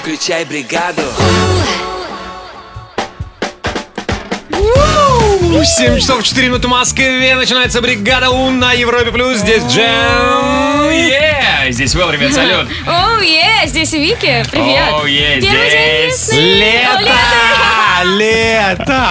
Включай бригаду. У, 7 часов 4 минуты в Москве. Начинается бригада У на Европе плюс. Здесь Джем. Е, Здесь Вэл, ребят, салют. Оу, е, здесь Вики, привет. Оу, е, Первый день здесь весны. О, лето. Лето!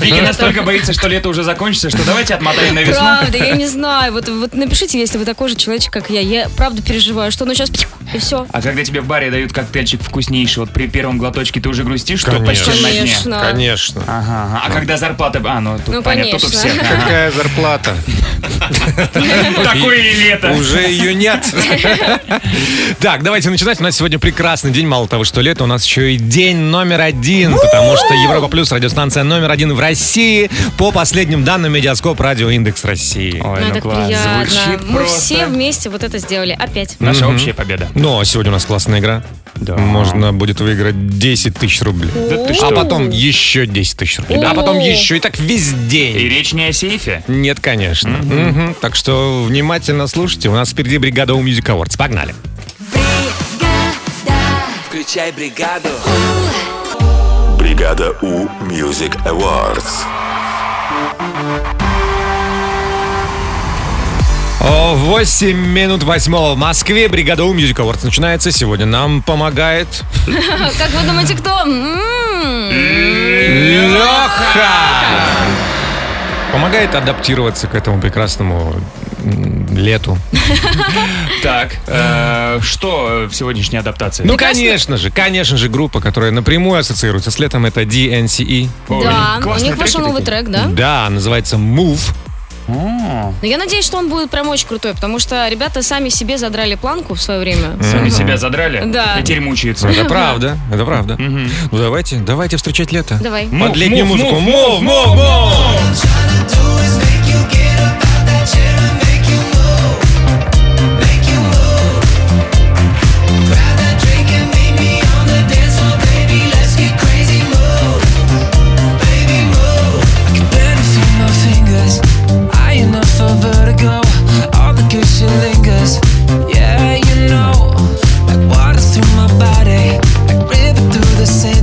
Вики настолько боится, что лето уже закончится, что давайте отмотаем на весну. Правда, я не знаю. Вот, вот напишите, если вы такой же человечек, как я. Я правда переживаю, что ну сейчас и все. А когда тебе в баре дают коктейльчик вкуснейший, вот при первом глоточке ты уже грустишь, что Конечно. почти на дне. Конечно. Конечно. Ага, ага. а когда зарплата... А, ну тут Ну, понятно, тут у конечно. всех. ага. Какая зарплата? Такое и лето. Уже ее нет. Так, давайте начинать. У нас сегодня прекрасный день. Мало того, что лето, у нас еще и день номер один, потому что Европа Плюс радиостанция номер один в России по последним данным Медиаскоп Радио Индекс России. Ой, Ну, ну так класс. приятно. Звучит Мы просто. Ну. все вместе вот это сделали. Опять. Наша общая победа. Но Ну, а сегодня у нас классная игра. Да. Можно будет выиграть 10 тысяч рублей. Да ты А что? потом еще 10 тысяч рублей. О. А потом еще. И так весь И день. речь не о сейфе. Нет, конечно. Мгм. Так что внимательно слушайте. У нас впереди бригада у Music Awards. Погнали. Включай бригаду. Бригада У Music Awards. О, 8 минут восьмого в Москве. Бригада у Music Awards начинается. Сегодня нам помогает А, Как вы думаете, кто? М-м. Леха. Помогает адаптироваться к этому прекрасному м, лету. Так, э, что в сегодняшней адаптации? Ну, конечно же, конечно же, группа, которая напрямую ассоциируется с летом, это DNCE. Ой, Да, у классные них вышел треки новый такие. трек, да? E. Да, называется Move. О, Но я надеюсь, что он будет прям очень крутой, потому что ребята сами себе задрали планку в свое время. Сами себя задрали? Да. Ну, И теперь мучаются. Это правда, это правда. Ну давайте, давайте встречать лето. Давай. Мув, Под летнюю мув, музыку. мув, Мув, мув, мув.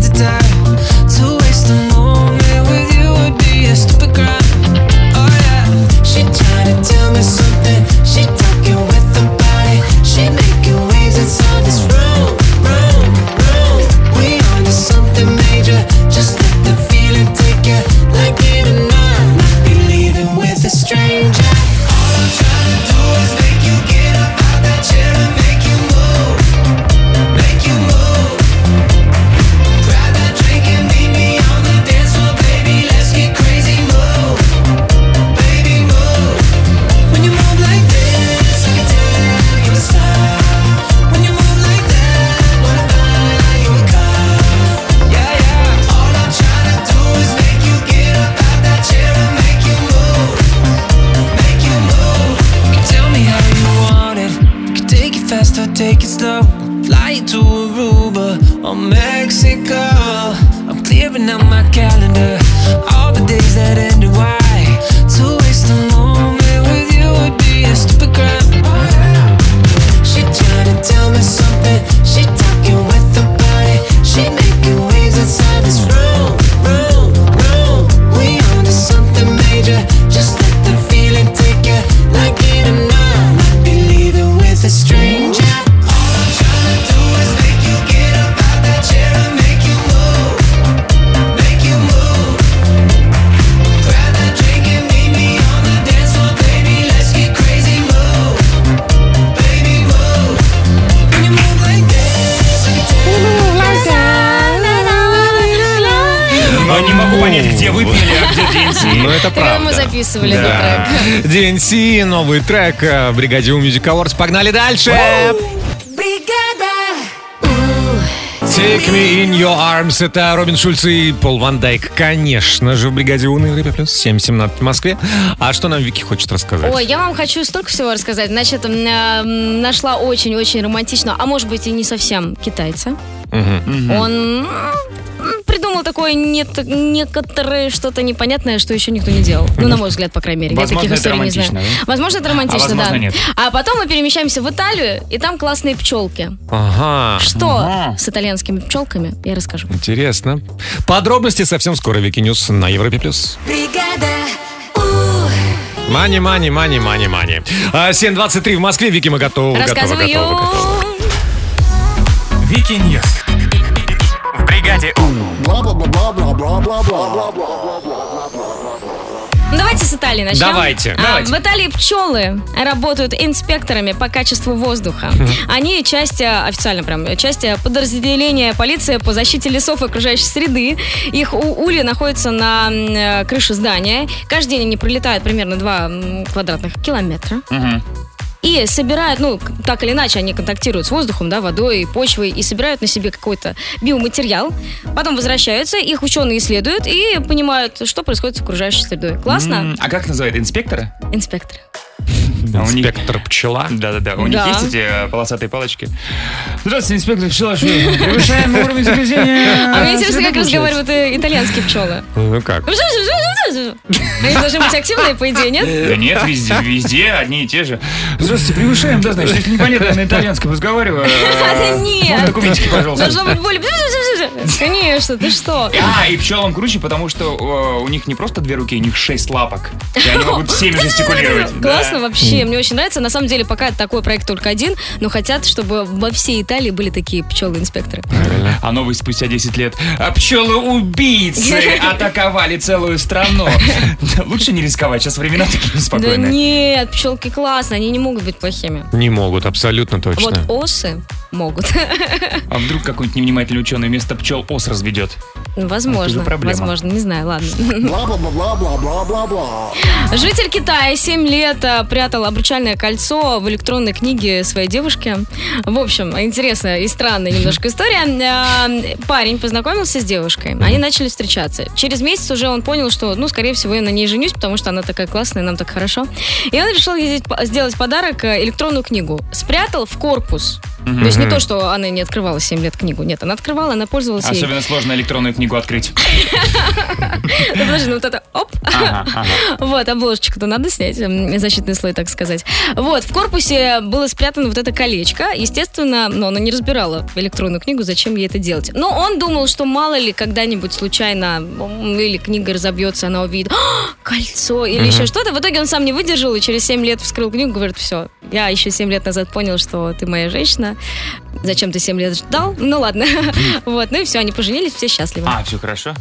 To waste a moment with you would be a stupid crime. Oh yeah, she tryna tell me something. She talking with the body. She making waves inside this room, room, room. We on to something major. Just let the feeling take you. Like in a night, not be leaving with a stranger. All I'm trying to do is make you get up out that chair and make you move, make you move. Grab that drink and meet me on the dance floor, baby. Let's get crazy, move. Baby, move. When you move like this, I can tell you're a star. When you move like that, wanna buy you a car. Yeah, yeah. All I'm trying to do is make you get up out that chair and make you move, make you move. You can tell me how you want it. You can take it fast or take it slow. Fly you to Aruba or Mexico. I'm clearing out my calendar. All the days that ended, why? To waste a moment with you would be a stupid crime. She tryna tell me something. She talking with the body. She making waves inside this room, room, room. We on to something major. Just let the feeling take you. Like it or not, might be leaving with a stranger. All I'm tryna do is make you get up out that chair and make you move, make you move. Grab that drink and meet me on the dance floor, baby. Let's get crazy, move, baby, move. When you move like this, I can tell. Но не могу понять, где вы пели, а где Динси. Ну это Когда мы правда. записывали этот трек. DNC, E, новый трек, э, бригадир Music Awards. Погнали дальше. Take me in your arms. Это Робин Шульц и Пол Ван Дайк. Конечно же, в бригаде Уны Европе плюс 7.17 в Москве. А что нам Вики хочет рассказать? Ой, я вам хочу столько всего рассказать. Значит, м, э, м, нашла очень-очень романтично, а может быть и не совсем китайца. Он м, придумал придумал такое нет, некоторое что-то непонятное, что еще никто не делал. Ну, на мой взгляд, по крайней мере. Возможно, я таких это историй не знаю. романтично, да? Возможно, это романтично, А возможно, да. нет. А потом мы перемещаемся в Италию, и там классные пчелки. Ага. Что Ага. с итальянскими пчелками, я расскажу. Интересно. Подробности совсем скоро Вики Ньюс на Европе плюс. Мани, мани, мани, мани, мани. А, 7.23 в Москве. Вики, мы готовы, готовы, Рассказываю. готовы, готовы. Вики Ньюс. В бригаде У. Ну, Давайте с Италии начнем. Давайте, А, давайте. В Италии пчелы работают инспекторами по качеству воздуха. Они часть, э, официально прям, э, часть э, подразделения полиции по защите лесов и окружающей среды. Их у- ульи находятся на м, э, крыше здания. Каждый день они пролетают примерно 2 квадратных километра. И собирают, ну, к- так или иначе, они контактируют с воздухом, да, водой, почвой, и собирают на себе какой-то биоматериал. Потом возвращаются, их ученые исследуют и понимают, что происходит с окружающей средой. Классно? А как называют? Инспекторы? Инспекторы. А у них- Инспектор пчела. Да-да-да. У них Да. есть эти э, полосатые палочки? Здравствуйте, инспектор пчела. Превышаем уровень загрязнения. А мне интересно, среды, как получается. разговаривают э, итальянские пчелы. Ну как? Они должны быть активные, по идее, нет? Да нет, везде, везде одни и те же. Здравствуйте, превышаем, да, значит, если непонятно на итальянском разговариваю. Да э, можно нет. Документики, пожалуйста. Должно быть более... Конечно, ты что? А, и пчелам круче, потому что э, у них не просто две руки, у них шесть лапок. И они могут всеми жестикулировать. Да. Классно вообще, мне очень нравится. На самом деле, пока такой проект только один, но хотят, чтобы во всей Италии были такие пчелы-инспекторы. А новый спустя 10 лет. А пчелы-убийцы атаковали целую страну. Лучше не рисковать, сейчас времена такие Да неспокойные. нет, пчелки классно, они не могут быть плохими. Не могут, абсолютно Вот точно. осы могут. А вдруг какой-нибудь невнимательный ученый вместо пчел ос разведет? Ну, Возможно, Это проблема. возможно, не знаю, ладно. Житель Китая 7 лет а, прятал обручальное кольцо в электронной книге своей девушки. В общем, интересная и странная немножко история. А, Парень познакомился с девушкой, они начали встречаться. Через месяц уже он понял, что, ну, скорее всего, я на ней женюсь, потому что она такая классная, нам так хорошо. И он решил ей сделать- сделать подарок э, электронную книгу. Спрятал в корпус. То есть не то, что она не открывала 7 лет книгу. Нет, она открывала, она пользовалась ей. Особенно сложно электронную книгу открыть. Ну, подожди, ну вот это, оп. Ага, ага. Вот, обложечку-то надо снять, м, защитный слой, так сказать. Вот, в корпусе было спрятано вот это колечко. Естественно, но она не разбирала электронную книгу, зачем ей это делать. Но он думал, что мало ли когда-нибудь случайно м, или книга разобьется, она увидит «А, кольцо или еще что-то. В итоге он сам не выдержал и через 7 лет вскрыл книгу, говорит, все, я еще 7 лет назад понял, что ты моя женщина. Зачем ты 7 лет ждал? Ну ладно. Вот, ну и все, они поженились, все счастливы. А, все хорошо.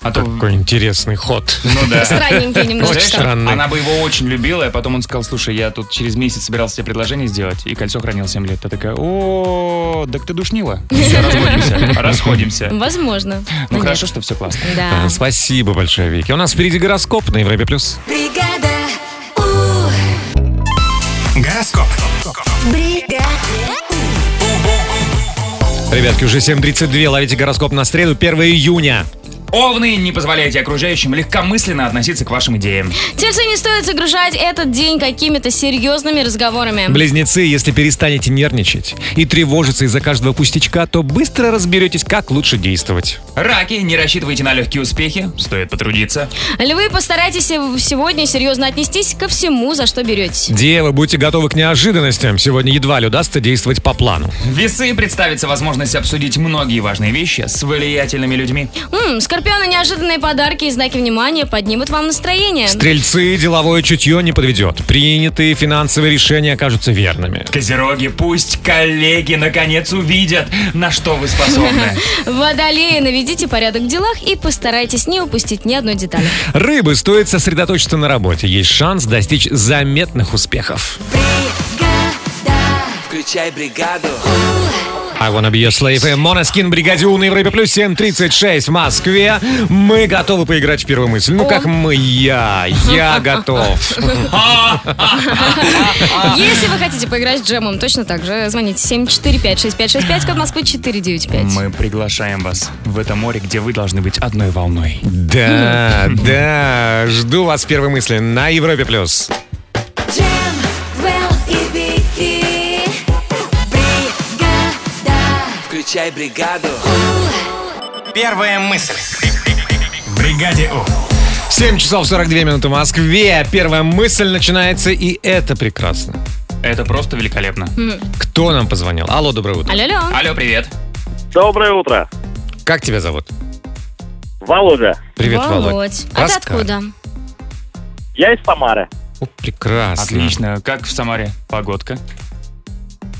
А то... Какой интересный ход. Ну да. Странненькие Представляешь, немножечко. странный. Она бы его очень любила, а потом он сказал, слушай, я тут через месяц собирался тебе предложение сделать, и кольцо хранил 7 лет. Ты такая, о, так ты душнила. Все, расходимся, расходимся. Возможно. Ну Да хорошо, нет. что все классно. Да. А, Спасибо большое, Вики. У нас впереди гороскоп на Европе плюс. Гороскоп. Ребятки, уже 7.32. Ловите гороскоп на среду, 1 июня. Овны, не позволяйте окружающим легкомысленно относиться к вашим идеям. Тельцы не стоит загружать этот день какими-то серьезными разговорами. Близнецы, если перестанете нервничать и тревожиться из-за каждого пустячка, то быстро разберетесь, как лучше действовать. Раки, не рассчитывайте на легкие успехи, стоит потрудиться. Львы, постарайтесь сев- сегодня серьезно отнестись ко всему, за что берете. Девы, будьте готовы к неожиданностям. Сегодня едва ли удастся действовать по плану. Весы, представится возможность обсудить многие важные вещи с влиятельными людьми. М, скорпионы неожиданные подарки и знаки внимания поднимут вам настроение. Стрельцы, деловое чутье не подведет. Принятые финансовые решения окажутся верными. Козероги, пусть коллеги наконец увидят, на что вы способны. Водолеи, наведите порядок в делах и постарайтесь не упустить ни одной детали. Рыбы, стоит сосредоточиться на работе. Есть шанс достичь заметных успехов. Включай бригаду. I wanna be your slave. И Моноскин, бригаде У на Европе плюс 7.36 в Москве. Мы готовы поиграть в первую мысль. Ну как мы? Я. Я готов. А. Если вы хотите поиграть с джемом, точно так же звоните 745-6565, код Москвы 495. Мы приглашаем вас в это море, где вы должны быть одной волной. Да, да. Жду вас в первой мысли на Европе плюс. Включай бригаду. Первая мысль. В бригаде У. 7 часов 42 минуты в Москве. Первая мысль начинается, и это прекрасно. Это просто великолепно. Кто нам позвонил? Алло, доброе утро. Алло-алло. Алло, привет. Доброе утро. Как тебя зовут? Володя, Привет, Володь. Володь. А ты Рассказывай. откуда? я из Самары. О, прекрасно. Отлично. Как в Самаре погодка?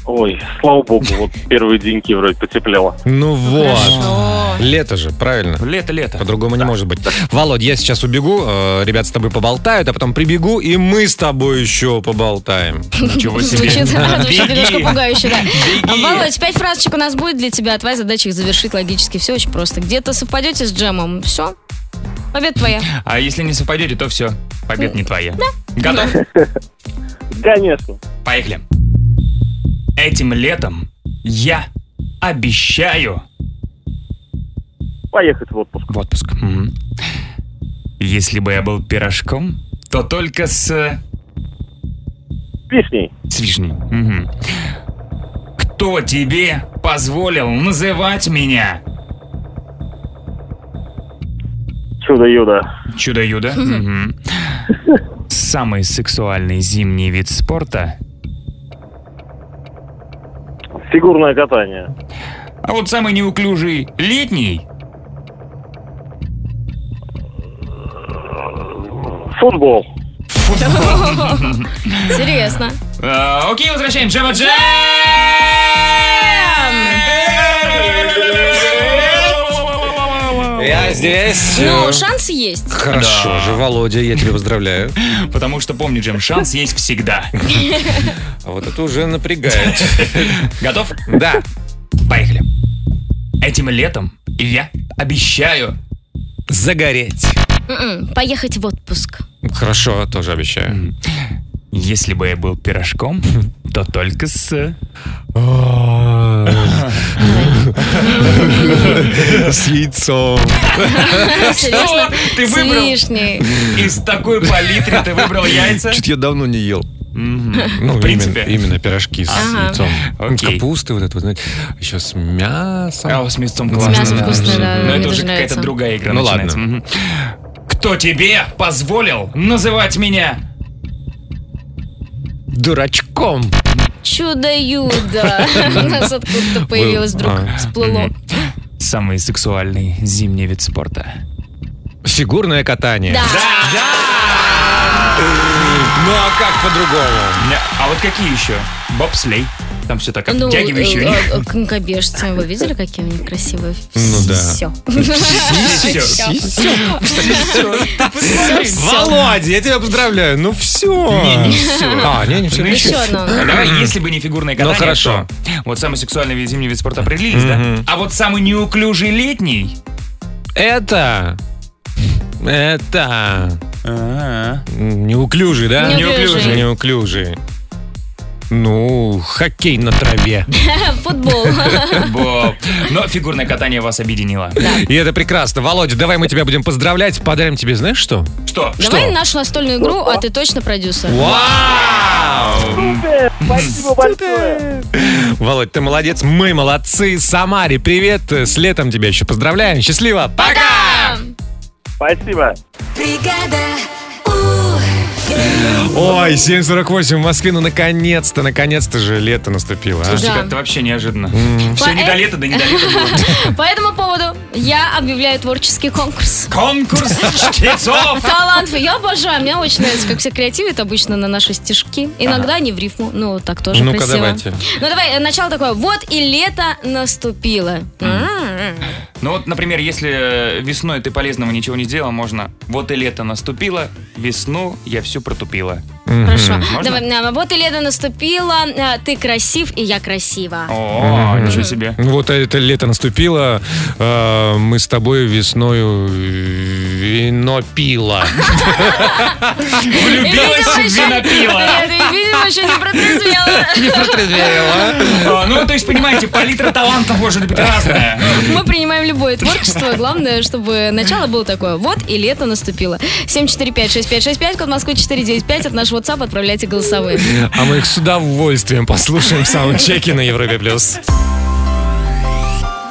Ой, слава богу, вот первые деньки вроде потеплело. Ну вот. Хорошо. Лето же, правильно. Лето, лето. По-другому не может быть. Володь, я сейчас убегу, э, ребят с тобой поболтают, а потом прибегу, и мы с тобой еще поболтаем. Ничего себе. Звучит да, звучит Беги. немножко пугающе, да. Володь, пять фразочек у нас будет для тебя. Твоя задача их завершить логически. Все очень просто. Где-то совпадете с джемом. Все. Победа твоя. А если не совпадете, то все. Побед не твоя. Готов? Конечно. Поехали. Этим летом я обещаю Поехать в отпуск. в отпуск. Мгм. Если бы я был пирожком, то только с, Песней. с вишней. Мгм. Кто тебе позволил называть меня? Чудо-юдо. Чудо-юдо. Мгм. Самый сексуальный зимний вид спорта. Фигурное катание. А вот самый неуклюжий летний. Футбол. Интересно. А, окей, возвращаем. Джема Джем! Я здесь. Э, Ну, шансы есть. Хорошо же, Володя, я тебя поздравляю. Потому что помни, Джем, шанс есть всегда. А вот это уже напрягает. Готов? Да. Поехали. Этим летом я обещаю. Загореть. М-м, Поехать в отпуск. Хорошо, тоже обещаю. Если бы я был пирожком, то только с... С яйцом. Серьезно? Ты С выбрал? лишней. Из такой палитры ты выбрал яйца? Чуть я давно не ел. Мгм. Ну, В принципе. Именно, именно пирожки с Ага. яйцом. Ну, Окей. Капусты вот это, вот, знаете, еще с мясом. А, с мясом С классно. мясом да. вкусно, да. Но мне это тоже уже какая-то нравится. другая игра Ну, начинается. ладно. Мгм. Кто тебе позволил называть меня? Дурачком. Чудо-юдо. У нас откуда-то появилось вдруг. а. Всплыло. Самый сексуальный зимний вид спорта. Фигурное катание. Да. Ну а как по-другому? Не, А вот какие еще? Бобслей. Там все так Ну, обтягивающе. э, э, конькобежцы. Вы видели, какие у них красивые? Ну да. Все. Всё. Володя, я тебя поздравляю. Ну все. Не, не всё. А, не, не все. Ну, Еще одно. А Давай, если бы не фигурное катание, Ну, хорошо. то Вот самый сексуальный вид- зимний вид спорта определились, Мгм. да? А вот самый неуклюжий летний... Это... Это... м, Неуклюжий, да? Неуклюжий. Неуклюжий. Ну, хоккей на траве. Футбол. Боб. Но фигурное катание вас объединило. И это прекрасно. Володя, давай мы тебя будем поздравлять. Подарим тебе, знаешь что? Что? Давай нашу настольную игру, а ты точно продюсер. Вау! Э, Спасибо большое. Володь, ты молодец, мы молодцы. Самаре, привет. С летом тебя еще поздравляем. Счастливо. Пока! Спасибо. Ой, 7.48 в Москве. Ну, наконец-то, наконец-то же лето наступило. а. Слушайте, Да. как-то вообще неожиданно. Все не до Поэт- лета, да не до лета было. э, По этому поводу я объявляю творческий конкурс. Конкурс чтецов! Талант, я обожаю, мне очень нравится, как все креативят обычно на наши стишки. Иногда не в рифму, ну так тоже Ну-ка, красиво. давайте. Ну давай, э, начало такое. Вот и лето наступило. М-м. Ну вот, например, если э, весной ты полезного ничего не сделал, можно «Вот и лето наступило, весну я всю протупила». Хорошо. Можно? Давай, э, вот и лето наступило, э, ты красив и я красива. О, ничего себе. Ну, Вот это лето наступило. э, мы с тобой весною вино пила. Влюбилась Видимо, еще- в винопила. Э, ты, Видимо, еще не протрезвела. А, Ну, то есть, понимаете, палитра талантов может быть разная. Мы принимаем любое творчество. Главное, чтобы начало было такое. Вот и лето наступило. 745-6565, код Москвы 495. От нашего WhatsApp отправляйте голосовые. А мы их с удовольствием послушаем в саундчеке на Европе+. плюс.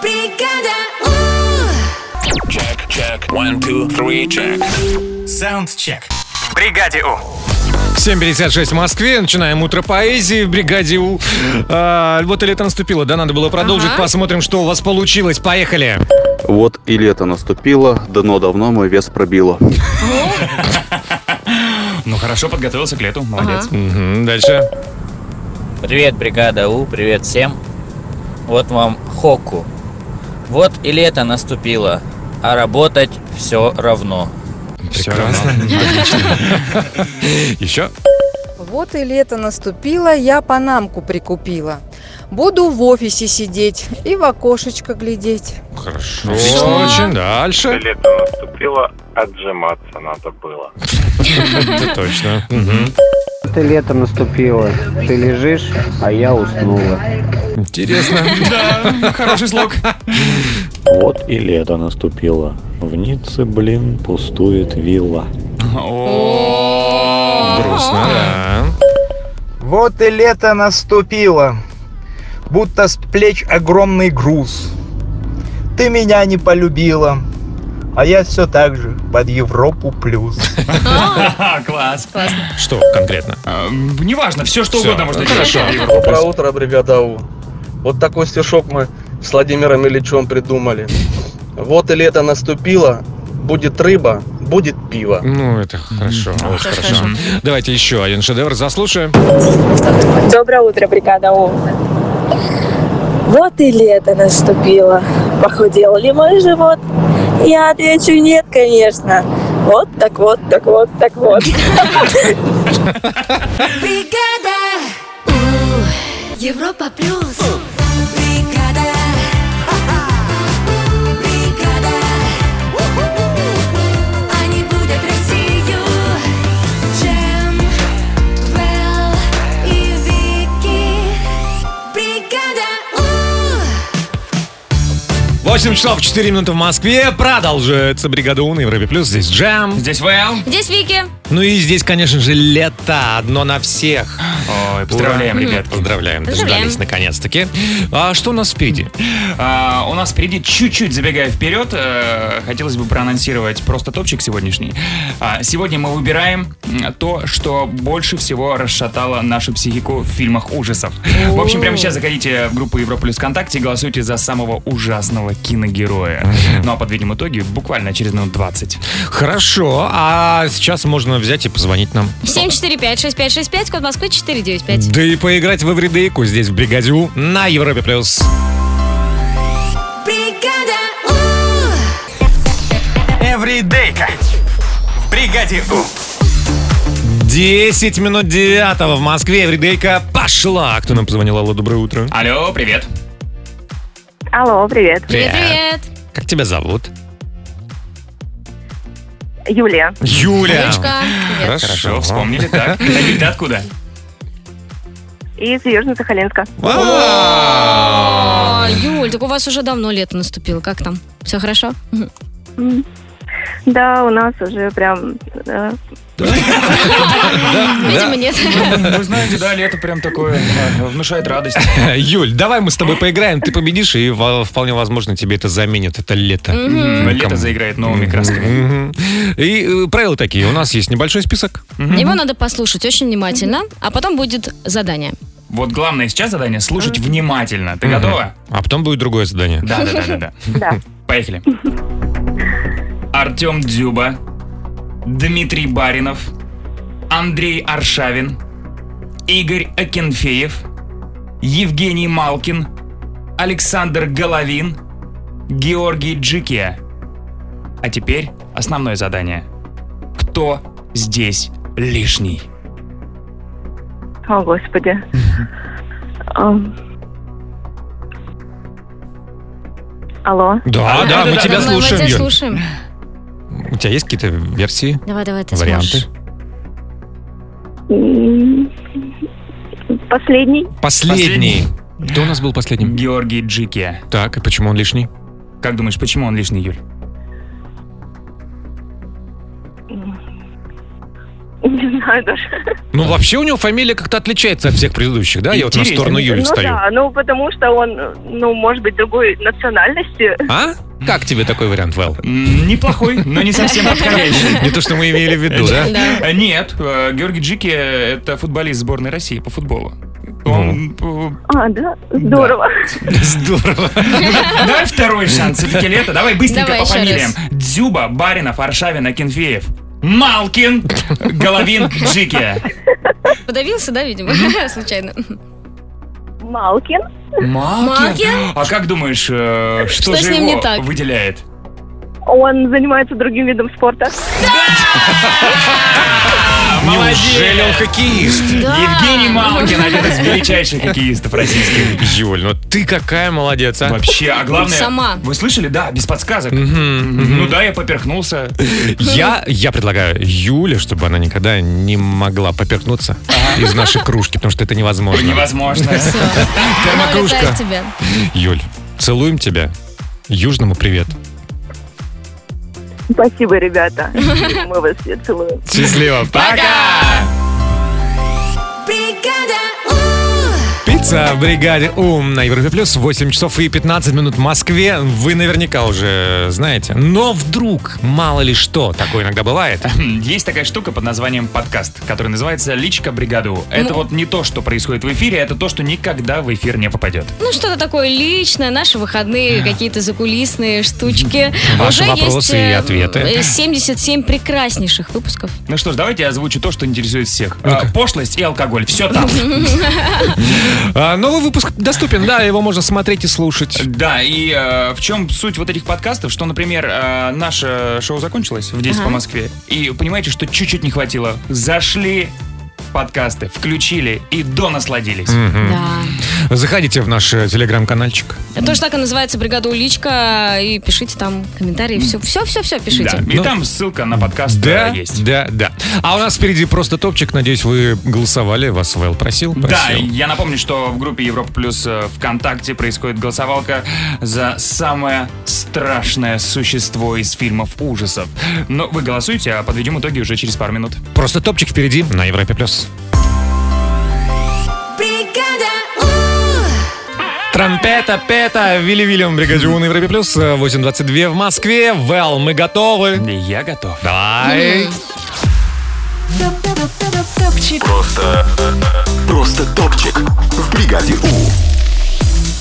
Бригада У. Check. One, two, three, check. Саундчек. В бригаде У. 7.56 в Москве. Начинаем утро поэзии в бригаде У. А, вот и лето наступило, да? Надо было продолжить. Ага. Посмотрим, что у вас получилось. Поехали. Вот и лето наступило, дно давно мой вес пробило. Ну хорошо, подготовился к лету, молодец. Мгм, дальше. Привет, бригада У, привет всем. Вот вам Хоку. Вот и лето наступило, а работать все равно. Прекрасно. Еще? Вот и лето наступило, я панамку прикупила. Буду в офисе сидеть и в окошечко глядеть. Хорошо. Очень. Дальше. Лето наступило, отжиматься надо было. Это точно. Мгм. Ты лето наступило, ты лежишь, а я уснула. Интересно. Да, хороший слог. Вот и лето наступило. В Ницце, блин, пустует вилла. Грустно, да. Вот и лето наступило, будто с плеч огромный груз. Ты меня не полюбила, а я все так же под Европу плюс. Ха, Класс. Что конкретно? А, м, Неважно, все что Всё, угодно можно хорошо. делать. Доброе утро, бригада У. Вот такой стишок мы с Владимиром Ильичем придумали. Вот и лето наступило, будет рыба, будет пиво. Ну, это хорошо. Очень хорошо. Давайте еще один шедевр заслушаем. Доброе утро, бригада О. Вот и лето наступило. Похудел ли мой живот? Я отвечу нет, конечно. Вот так вот, так вот, так вот. Бригада У Европа плюс Бригада Бригада Они будут Россию Джем, Вэл и Вики Бригада У 8 часов 4 минуты в Москве. Продолжается бригада У на Европе Плюс. Здесь Джем. Здесь Вэл. Здесь Вики. Ну и здесь, конечно же, лето. Одно на всех. Ой, поздравляем, Ура. ребят. Поздравляем. Поздравляем. Дождались наконец-таки. А что у нас впереди? А, у нас впереди чуть-чуть забегая вперед, э, хотелось бы проанонсировать просто топчик сегодняшний. А, сегодня мы выбираем м, то, что больше всего расшатало нашу психику в фильмах ужасов. В общем, прямо сейчас заходите в группу Европа Плюс ВКонтакте и голосуйте за самого ужасного киногероя. Ну а подведем итоги буквально через минут 20. Хорошо. А сейчас можно взять и позвонить нам. 745-6565, код Москвы 495. Да и поиграть в Эвридейку здесь, в бригаде У на Европе Плюс. Бригада У Эвридейка. В бригаде У. 10 минут 9 в Москве. Эвридейка пошла. Кто нам позвонил? Алло, доброе утро. Алло, привет. Алло, привет. Привет-привет. Как тебя зовут? Юлия. Юля. Юлечка. Привет. Хорошо. Хорошо, вспомнили, так. Давид, ты откуда? Из Южно-Сахалинска. Вау. А, Юль, так у вас уже давно лето наступило. Как там? Все хорошо? Да, у нас уже прям... Видимо, нет. Вы Ну, знаете, да, лето прям такое а, внушает радость. Юль, давай мы с тобой поиграем. Ты победишь, и во- вполне возможно тебе это заменит. Это лето. Лето Кому? заиграет новыми красками. Мгм. И э, правила такие. У нас есть небольшой список. Его надо послушать очень внимательно, а потом будет задание. Вот главное сейчас задание слушать внимательно. Ты готова? А потом будет другое задание. Да, да, да, да, да. Да. Поехали. Артем Дзюба, Дмитрий Баринов, Андрей Аршавин, Игорь Акинфеев, Евгений Малкин, Александр Головин, Георгий Джикия. А теперь основное задание. Кто здесь лишний? О, Господи. Алло. Да, да, мы да, тебя да, Мы слушаем, тебя Юль. слушаем. У тебя есть какие-то версии? Давай, давай, ты Варианты? сможешь. Последний. Последний. Кто у нас был последним? Георгий Джикия. Так, и почему он лишний? Как думаешь, почему он лишний, Юль? Не знаю даже. Ну, вообще у него фамилия как-то отличается от всех предыдущих, да? Я вот на Интересно. сторону Юли Ну встаю. да, ну потому что он, ну, может быть, другой национальности. А? Как тебе такой вариант, Вэл? Неплохой, но не совсем подходящий. Не то, что мы имели в виду, да? Э, Нет, э, Георгий Джики – это футболист сборной России по футболу. Он... э, А, да? Здорово. Здорово. Давай второй шанс, все-таки лето. Давай быстренько Давай по еще фамилиям. раз. Дзюба, Баринов, Аршавин, Акинфеев. Малкин, Головин, Джики. Подавился, да, видимо? Случайно. Малкин. Малкин? А как думаешь, э, что Что с же ним не его так? выделяет? Он занимается другим видом спорта. Молодец! Неужели он хоккеист? Да. А. Евгений Малкин, один из величайших хоккеистов российских. Юль, ну ты какая молодец, а? Вообще, а главное... Сама. Вы слышали? Да, без подсказок. Ну да, я поперхнулся. Я, я предлагаю Юле, чтобы она никогда не могла поперхнуться из нашей кружки, потому что это невозможно. Невозможно. Термокружка. Пролетает тебе. Юль, целуем тебя. Южному привет. Спасибо, ребята. Мы вас все целуем. Счастливо. Пока! Пицца в бригаде Ум на Европе Плюс. 8 часов и 15 минут в Москве. Вы наверняка уже знаете. Но вдруг, мало ли что, такое иногда бывает. Хм, Есть такая штука под названием подкаст, который называется «Личка бригаду». Это Ну. вот не то, что происходит в эфире, это то, что никогда в эфир не попадет. Ну, что-то такое личное, наши выходные, какие-то закулисные штучки. Ваши Уже вопросы есть, и э, ответы. э, 77 прекраснейших выпусков. Ну что ж, давайте я озвучу то, что интересует всех. А, Пошлость и алкоголь. Все там. А, новый выпуск доступен, да, его можно смотреть и слушать. Да, и э, в чем суть вот этих подкастов, что, например, э, наше шоу закончилось в 10 по Ага. Москве, и понимаете, что чуть-чуть не хватило. Зашли подкасты, включили и донасладились. Да. Заходите в наш э, телеграм-канальчик. Тоже так и называется бригада Уличка. И пишите там комментарии. Все, все, все, все Да, пишите. и там ссылка на подкаст Да, э, есть. да, да. А у нас впереди просто топчик. Надеюсь, вы голосовали. Вас Вэл просил? Да, просил. я напомню, что в группе Европа Плюс э, ВКонтакте происходит голосовалка за самое страшное существо из фильмов ужасов. Но вы голосуете, а подведем итоги уже через пару минут. Просто топчик впереди на Европе+. плюс. Трампета, пета, Вилли Вильям, бригадион на Европе+, плюс, э, 8.22 в Москве. Вэл, мы готовы. И я готов. Давай. Просто... Просто топчик в бригаде У.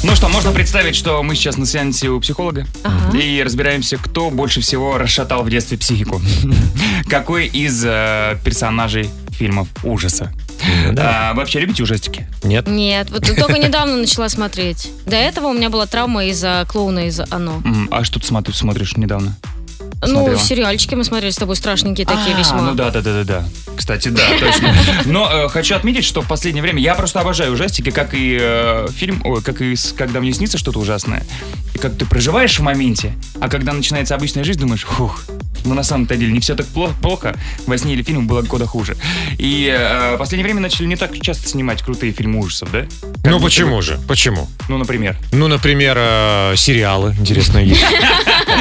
Ну что, можно представить, что мы сейчас на сеансе у психолога и разбираемся, кто больше всего расшатал в детстве психику. Какой из э, персонажей фильмов ужаса? А, Вообще любите ужастики? Нет. Нет, вот только недавно начала смотреть. До этого у меня была травма из-за клоуна из «Оно». М, А что ты смотри- смотришь недавно? Ну, Смотрела. сериальчики мы смотрели с тобой страшненькие такие А, весьма. Ну да, да, да, да, да. Кстати, да, точно. Но э, хочу отметить, что в последнее время я просто обожаю ужастики, как и э, фильм, ой, как и с- когда мне снится что-то ужасное. И как ты проживаешь в моменте, а когда начинается обычная жизнь, думаешь, хух, ну на самом-то деле не все так пло- плохо. Во сне или фильм было куда хуже. И э, в последнее время начали не так часто снимать крутые фильмы ужасов, да? Ну почему же? Почему? Ну, например. Ну, например, э, сериалы, интересно, есть.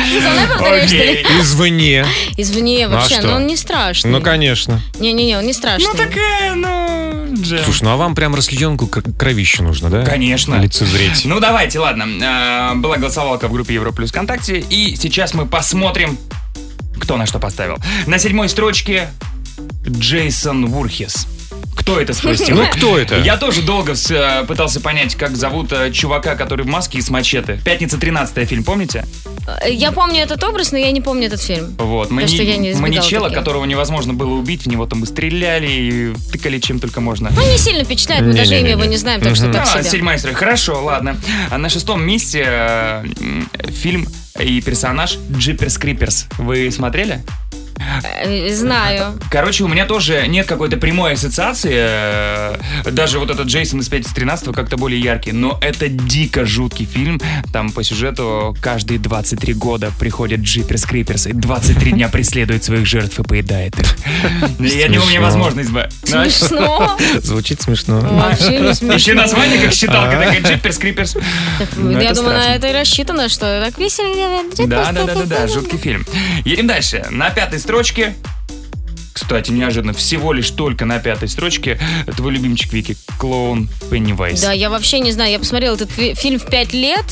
Ты за мной повторяешь, что ли? Окей. Извне. Извне вообще, Ну, а что? но он не страшный. Ну, конечно. Не-не-не, он не страшный. Ну такая, ну... Джем. Слушай, ну а вам прям расклеенку кр- кровищу нужно, да? Конечно. Лицезреть. Ну давайте, ладно. Э, Была голосовалка в группе Европа плюс ВКонтакте, и сейчас мы посмотрим, кто на что поставил. На седьмой строчке Джейсон Вурхес. Кто это спросил? Ну, кто это? Я тоже долго с- э, пытался понять, как зовут э, чувака, который в маске и с мачете. Пятница 13 фильм, помните? Э, Я помню этот образ, но я не помню этот фильм. Вот. Да что я не избегала маничела, таких. которого невозможно было убить, в него там и стреляли, и тыкали чем только можно. Ну, не сильно впечатляет, мы даже Не-не-не-не. имя его не знаем, так что Мгм. так Да, себе. седьмая строчка. Хорошо, ладно. А на шестом месте э, м, фильм и персонаж Джиперс Криперс. Вы смотрели? Э, Знаю. Короче, у меня тоже нет какой-то прямой ассоциации. э, Даже вот этот Джейсон из «Пятницы 13 как-то более яркий. Но это дико жуткий фильм. Там по сюжету каждые 23 года приходит Джиперс Криперс и 23 дня преследует своих жертв и поедает их. И от него Смешно. невозможно избавиться. Смешно. Звучит смешно. Вообще не смешно. Еще название как считалка, А. такая Джиперс Криперс. Ну, Я это думаю, страшно. на это и рассчитано, что так весело. Да, да, да, да, да, жуткий фильм. Едем дальше. На пятой строчке. Кстати, неожиданно, всего лишь только на пятой строчке твой любимчик Вики, клоун Пеннивайз. Да, я вообще не знаю. Я посмотрела этот фи- фильм в пять лет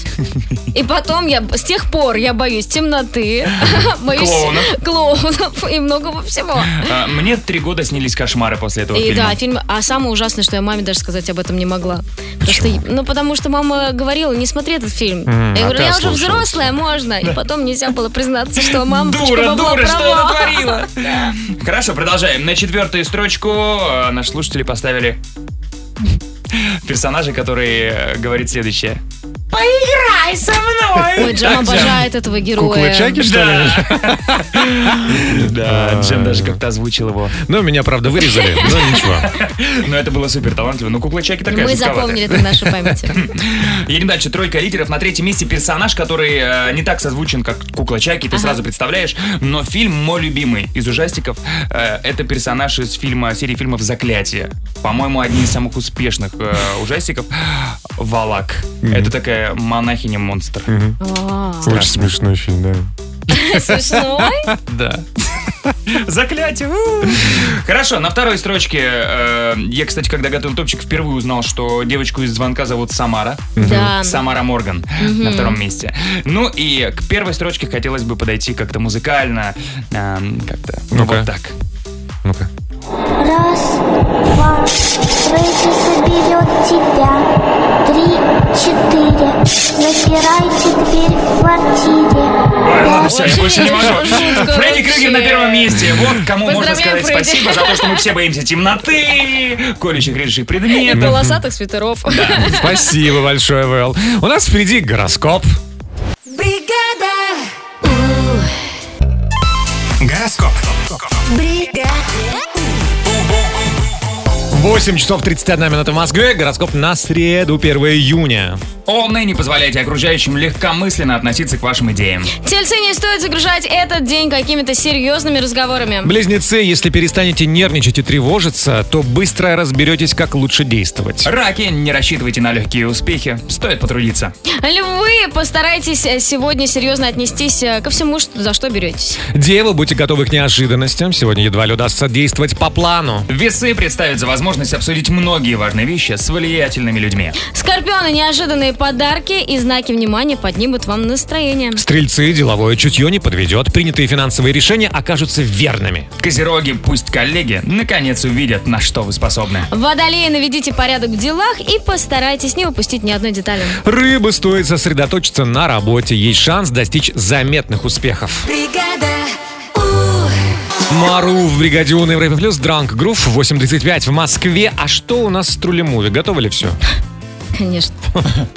И потом я, с тех пор я боюсь темноты, боюсь Клоунов. клоунов и многого всего. А, Мне три года снились кошмары после этого И фильма. да, фильм. А самое ужасное, что я маме даже сказать об этом не могла. Потому что, ну, потому что мама говорила, не смотри этот фильм. М, я а говорю, ты я уже ослушалась». взрослая, можно. И потом нельзя было признаться, что мама Дура, дура, что она творила? Хорошо, продолжаем. На четвертую строчку э, наши слушатели поставили персонажа, который э, говорит следующее. Поиграй со мной! Ой, Джам Так, Джам. обожает этого героя. Да, Джем даже как-то озвучил его. Ну, меня, правда, вырезали, но ничего. Но это было супер талантливо. Ну, кукла Чаки такая Мы жутковатая. запомнили это в нашей памяти. Едем дальше. Тройка лидеров. На третьем месте персонаж, который э, не так созвучен, как кукла Чаки, ты сразу представляешь. Но фильм мой любимый из ужастиков. Э, это персонаж из фильма, серии фильмов «Заклятие». По-моему, одни из самых успешных э, ужастиков. Валак. Это такая монахиня-монстр. А, Страшно. Очень смешной фильм, да. Смешной? Да. Заклятие. у. Хорошо, на второй строчке. э, я, кстати, когда готовил топчик, впервые узнал, что девочку из звонка зовут Самара. Мгм. Да. Самара Морган Мгм. на втором месте. Ну и к первой строчке хотелось бы подойти как-то музыкально. эм, как-то. Ну, Ну-ка. вот так. Ну-ка. Раз, два, рыжий соберет тебя. Три, четыре, запирайте дверь в квартире. Ладно, все, Ну, я больше не могу. Жутко Фредди Крюгер на первом месте. Вот кому можно Поздравляем, сказать Фредди. спасибо за то, что мы все боимся темноты, колючих режущих И предметов. полосатых свитеров. Спасибо большое, Вэл. У нас впереди гороскоп. Бригада! Гороскоп. Бригада! 8 часов 31 минута в Москве. Гороскоп на среду, 1 июня. Овны, ну не позволяйте окружающим легкомысленно относиться к вашим идеям. Тельцы не стоит загружать этот день какими-то серьезными разговорами. Близнецы, если перестанете нервничать и тревожиться, то быстро разберетесь, как лучше действовать. Раки, не рассчитывайте на легкие успехи, стоит потрудиться. Львы, постарайтесь э, сегодня серьезно отнестись э, ко всему, что- за что беретесь. Девы, будьте готовы к неожиданностям. Сегодня едва ли удастся действовать по плану. Весы представят за возможность обсудить многие важные вещи с влиятельными людьми. Скорпионы, неожиданные подарки и знаки внимания поднимут вам настроение. Стрельцы, деловое чутье не подведет. Принятые финансовые решения окажутся верными. Козероги, пусть коллеги наконец увидят, на что вы способны. Водолеи, наведите порядок в делах и постарайтесь не упустить ни одной детали. Рыбы стоит сосредоточиться на работе. Есть шанс достичь заметных успехов. Бригада! Мару в бригаде Уны в Рэпе Плюс, Дранк Грув, 8.35 в Москве. А что у нас с трулемуви? Готовы ли все? Конечно.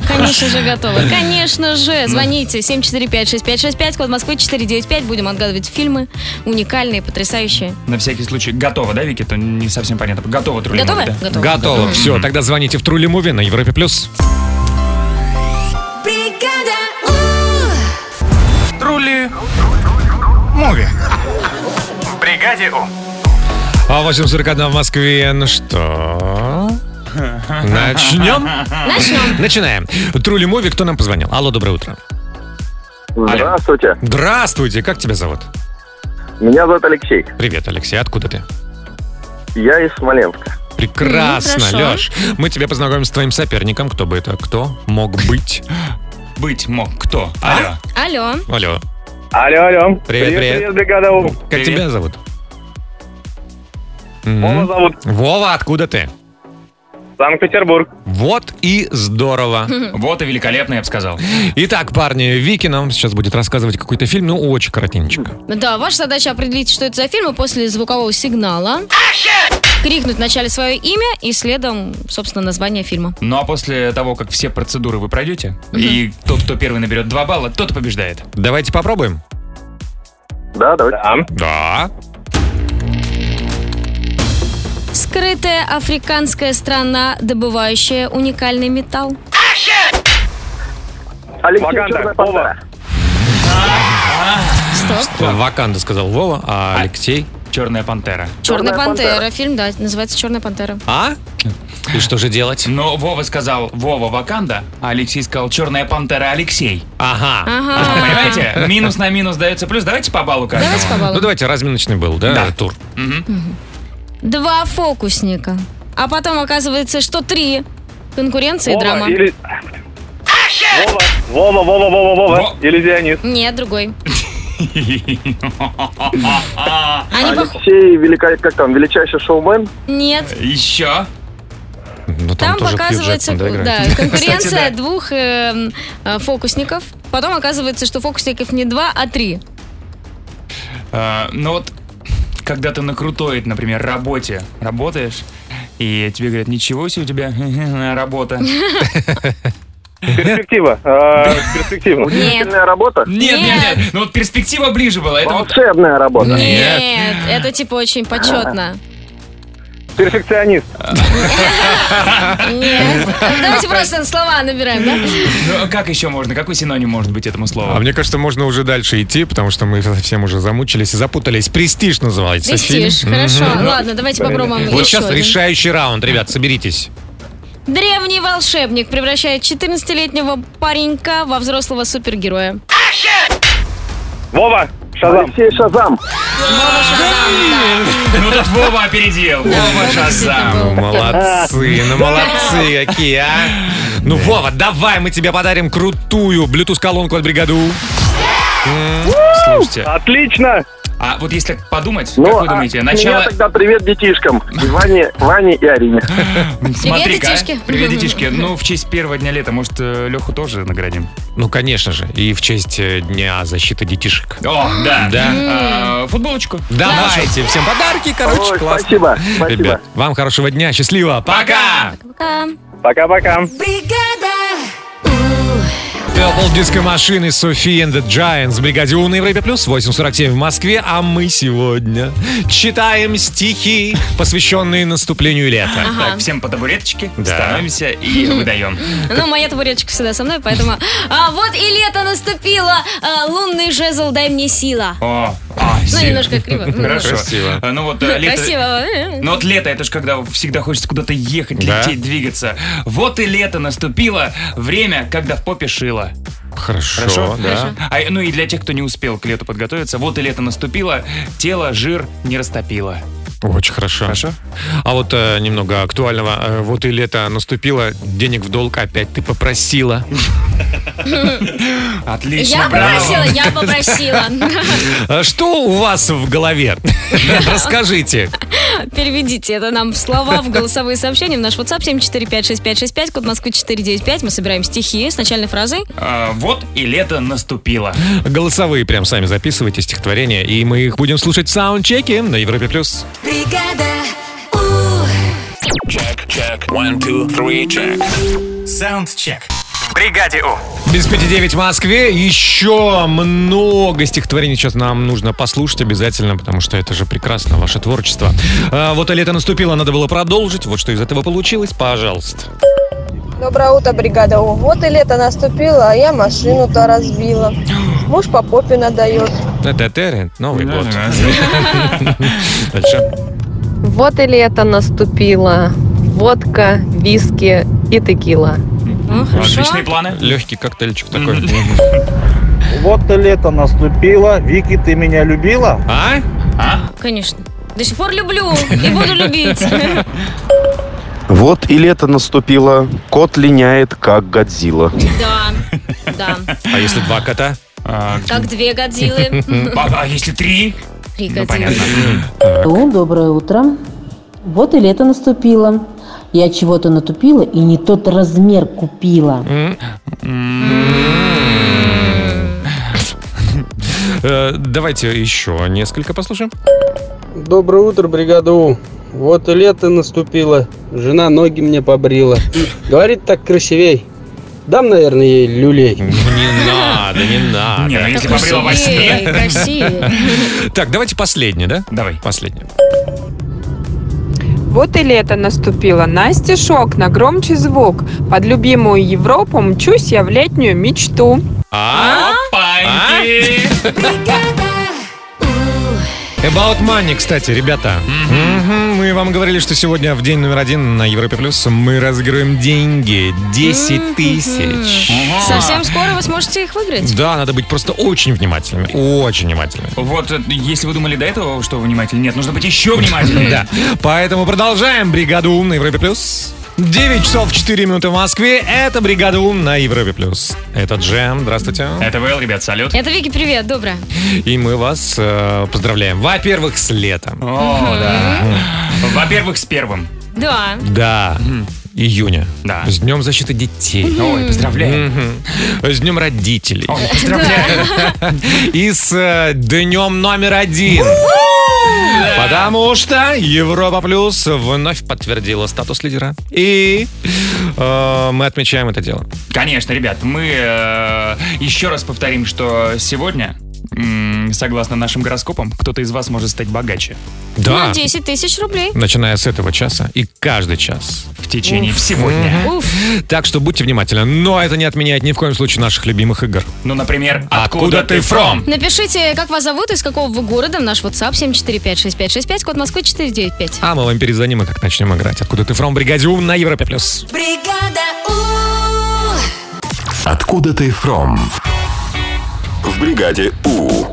Конечно же готовы. Конечно же. Звоните 745-6565, код Москвы 495. Будем отгадывать фильмы уникальные, потрясающие. На всякий случай. Готово, да, Вики? То не совсем понятно. Готово, трудно. Готовы? Готово. Все, тогда звоните в трулемуви на Европе Плюс. Бригада! Трули. Муви. В бригаде У. А 8.41 в Москве. Ну что? Начнем? Начнем. Начинаем. Трули Муви, кто нам позвонил? Алло, доброе утро. Здравствуйте. Здравствуйте, как тебя зовут? Меня зовут Алексей. Привет, Алексей, откуда ты? Я из Смоленска. Прекрасно, Ну, хорошо. Леш. Мы тебя познакомим с твоим соперником. Кто бы это? Кто мог быть? Быть мог кто? А? Алло. Алло. Алло. Алло, алло. Привет, привет. бригада У. Как тебя зовут? Вова зовут. Вова, откуда ты? Санкт-Петербург. Вот и здорово. Хм. Вот и великолепно, я бы сказал. Итак, парни, Вики нам сейчас будет рассказывать какой-то фильм, ну, очень коротенечко. Ну Да, ваша задача определить, что это за фильм, и после звукового сигнала крикнуть вначале свое имя и следом, собственно, название фильма. Ну а после того, как все процедуры вы пройдете, и тот, кто первый наберет два балла, тот и побеждает. Давайте попробуем. Да, давайте. Да. Скрытая африканская страна, добывающая уникальный металл. Алексей, Черная пантера. Ваканда сказал Вова, а Алексей? Черная пантера. Черная пантера. Фильм, да, называется Черная пантера. А? И что же делать? Но Вова сказал Вова Ваканда, а Алексей сказал Черная пантера Алексей. Ага. Ага. Понимаете? Минус на минус дается плюс. Давайте по баллу каждому. Давайте по баллу. Ну, давайте, разминочный был, да, тур? Два фокусника. А потом оказывается, что три. Конкуренция и драма. Вова, Вова, Вова, Вова. Иллюзионист. Нет, другой. Они пох- Алексей, велика... как там, величайший шоумен? Нет. Еще. Ну, Там, показывается играет? да, конкуренция Кстати, да. двух эм, э, фокусников. Потом оказывается, что фокусников не два, а три. А, ну вот, когда ты на крутой, например, работе работаешь, и тебе говорят, ничего себе у тебя работа. Перспектива. э, Перспектива. Удивительная работа? Нет, нет, нет. Ну вот перспектива ближе была. Это вот... Волшебная работа. Нет, это типа очень почетно. Перфекционист. Нет. Давайте просто слова набираем, да? Ну, а как еще можно? Какой синоним может быть этому слову? А мне кажется, можно уже дальше идти, потому что мы совсем уже замучились и запутались. Престиж называется Престиж, фильм. хорошо. ну Мгм. Ладно, давайте попробуем Вот еще сейчас один. решающий раунд, ребят, соберитесь. Древний волшебник превращает 14-летнего паренька во взрослого супергероя. Вова, Шазам. Алексей Шазам. А, Ну тут Вова опередил. Вова Ну, Шазам. молодцы, ну молодцы какие, а. Ну, Вова, давай мы тебе подарим крутую Bluetooth-колонку от бригаду. Слушайте. Отлично. Ну, А вот если так подумать, как вы думаете, начало... а тогда привет детишкам. И Ване, Ване и Арине. Смотри-ка, а. детишки. Привет, детишки. Ну, в честь первого дня лета, может, э, Леху тоже наградим? Ну, конечно же, и в честь э, Дня защиты детишек. О, да. Да. Э, Футболочку. Давайте, всем подарки, короче, Ой, классно. спасибо, спасибо. Ребят, вам хорошего дня, счастливо, пока! Пока. Пока-пока. Purple Disco Машины, Софи and the Giants, Бригаде У на Европе Плюс, 8.47 в Москве, а мы сегодня читаем стихи, посвященные наступлению лета. Так, всем по табуреточке Да. становимся и выдаем. Ну, моя табуреточка всегда со мной, поэтому... А вот и лето наступило! а, лунный жезл, дай мне сила. О, а, Ну, си- немножко криво. ну, Хорошо. Красиво. А, Ну вот э, лето... Красиво. Ну вот лето, это же когда всегда хочется куда-то ехать, Да. лететь, двигаться. Вот и лето наступило, время, когда в попе шило. Хорошо, Хорошо? да. А, ну и для тех, кто не успел к лету подготовиться, вот и лето наступило, тело жир не растопило. Очень хорошо. Хорошо? А вот э, немного актуального. Э, вот и лето наступило, денег в долг опять ты попросила. Отлично, Я браво. попросила, я попросила. А Что у вас в голове? Расскажите. Переведите это нам в слова, в голосовые сообщения, в наш WhatsApp 7456565, код Москвы 495. Мы собираем стихи с начальной фразой. А, вот и лето наступило. Голосовые прям сами записывайте стихотворения, и мы их будем слушать в саундчеке на Европе+. плюс. Чек, чек. One, two, three, чек. Саундчек. В бригаде У. Без пяти девять в Москве. Еще много стихотворений сейчас нам нужно послушать обязательно, потому что это же прекрасно, ваше творчество. А, вот и лето наступило, надо было продолжить. Вот что из этого получилось, пожалуйста. Доброе утро, бригада У. Вот и лето наступило, а я машину-то разбила. Муж по попе надает. Это Терри, Новый год. Дальше. Вот и лето наступило. Водка, виски и текила. Ну, Отличные планы. Легкий коктейльчик такой. Вот и лето наступило, Вики, ты меня любила? А? Конечно. До сих пор люблю и буду любить. Вот и лето наступило, кот линяет, как Годзилла. Да, да. А если два кота? Как две годзиллы. А, а если три? Три Ну, годзиллы. понятно. Алло, доброе утро. Вот и лето наступило. Я чего-то натупила и не тот размер купила. Э, Давайте еще несколько послушаем. Доброе утро, бригада У. Вот и лето наступило, жена ноги мне побрила. Говорит так красивей. Дам, наверное, ей люлей. Не надо, не надо. Не, ну если Так побрила во сне. красивее, красивее. Так, давайте последний, да? Давай. Последний. Вот и лето наступило, на стишок, на громче звук. Под любимую Европу мчусь я в летнюю мечту. А? About Money, кстати, ребята. Мгм, Мы вам говорили, что сегодня в день номер один на Европе Плюс мы разыгрываем деньги. 10 тысяч. Совсем скоро вы сможете их выиграть. Да, надо быть просто очень внимательными. Очень внимательными. Вот, э, если вы думали до этого, что внимательнее, нет, нужно быть еще внимательнее. Да. Поэтому продолжаем бригаду на Европе Плюс. 9 часов 4 минуты в Москве. Это «Бригада Ум» на Европе+. плюс. Это Джем, здравствуйте. Это Вэл, ребят, салют. Это Вики, привет, доброе. И мы вас э, поздравляем. Во-первых, с летом. О, да. Во-первых, с первым. Да. Да. Июня. Да. С Днем защиты детей. Мгм. Ой, поздравляем. Мгм. С Днем родителей. поздравляю. И с э, Днем номер один. Потому что Европа Плюс вновь подтвердила статус лидера. И э, мы отмечаем это дело. Конечно, ребят, мы э, еще раз повторим, что сегодня, м, согласно нашим гороскопам, кто-то из вас может стать богаче. На 10 тысяч рублей. Начиная с этого часа и каждый час. В течение всего дня. Уф. Так что будьте внимательны. Но это не отменяет ни в коем случае наших любимых игр. Ну, например, «Откуда ты фром?» Напишите, как вас зовут, из какого вы города, в наш WhatsApp 7456565, код Москвы 495. А мы вам перезвоним и как начнем играть. Откуда ты фром? Бригадиум на Европе+. плюс. Бригада У. Откуда ты from? В бригаде У.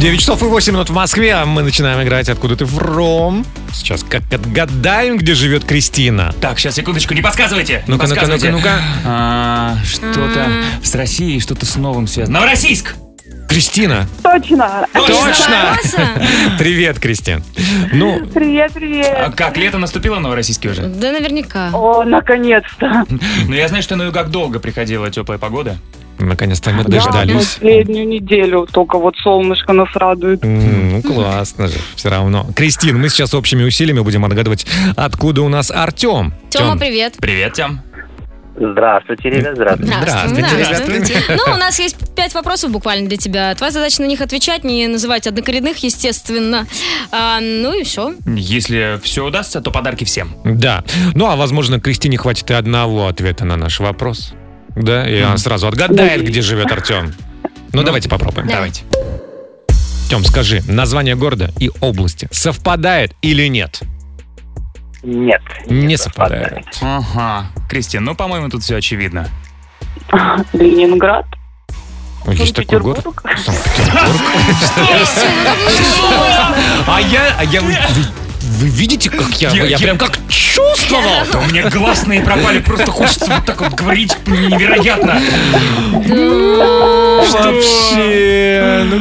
9 часов и 8 минут в Москве. а Мы начинаем играть «Откуда ты фром?». Сейчас как отгадаем, где живет Кристина. Так, сейчас, секундочку, не подсказывайте. не Ну-ка, ну-ка, подсказывайте. ну-ка, ну-ка. А, Что-то с Россией, что-то с новым связано. Новороссийск! Кристина. Точно. Точно! Привет, Кристин. Ну, Привет, привет. а как, лето наступило новороссийский уже? Да наверняка. О, наконец-то. Ну, я знаю, что ну и как долго приходила теплая погода. наконец-то мы Да, дождались. последнюю неделю только вот солнышко нас радует. М, Ну, классно же, все равно. Кристин, мы сейчас общими усилиями будем отгадывать, откуда у нас Артем. Тёма, привет. Привет, Тем. Здравствуйте, ребят, здравствуйте. Ну, у нас есть пять вопросов буквально для тебя. Твоя задача на них отвечать, не называть однокоренных, естественно. А, ну и все. Если все удастся, то подарки всем. Да. Ну, а возможно, Кристине хватит и одного ответа на наш вопрос. Да, и она сразу отгадает, где живет Артем. Ну, давайте попробуем. Давайте. Тем, скажи, название города и области совпадает или нет? Нет. Не совпадает. Ага. Кристин, ну, по-моему, тут все очевидно. Ленинград. Ну, Есть такой город? А я, а я, вы, вы- вы видите, как я, я, прям как чувствовал. Да у меня гласные пропали, просто хочется вот так вот говорить невероятно. Вообще, Ну,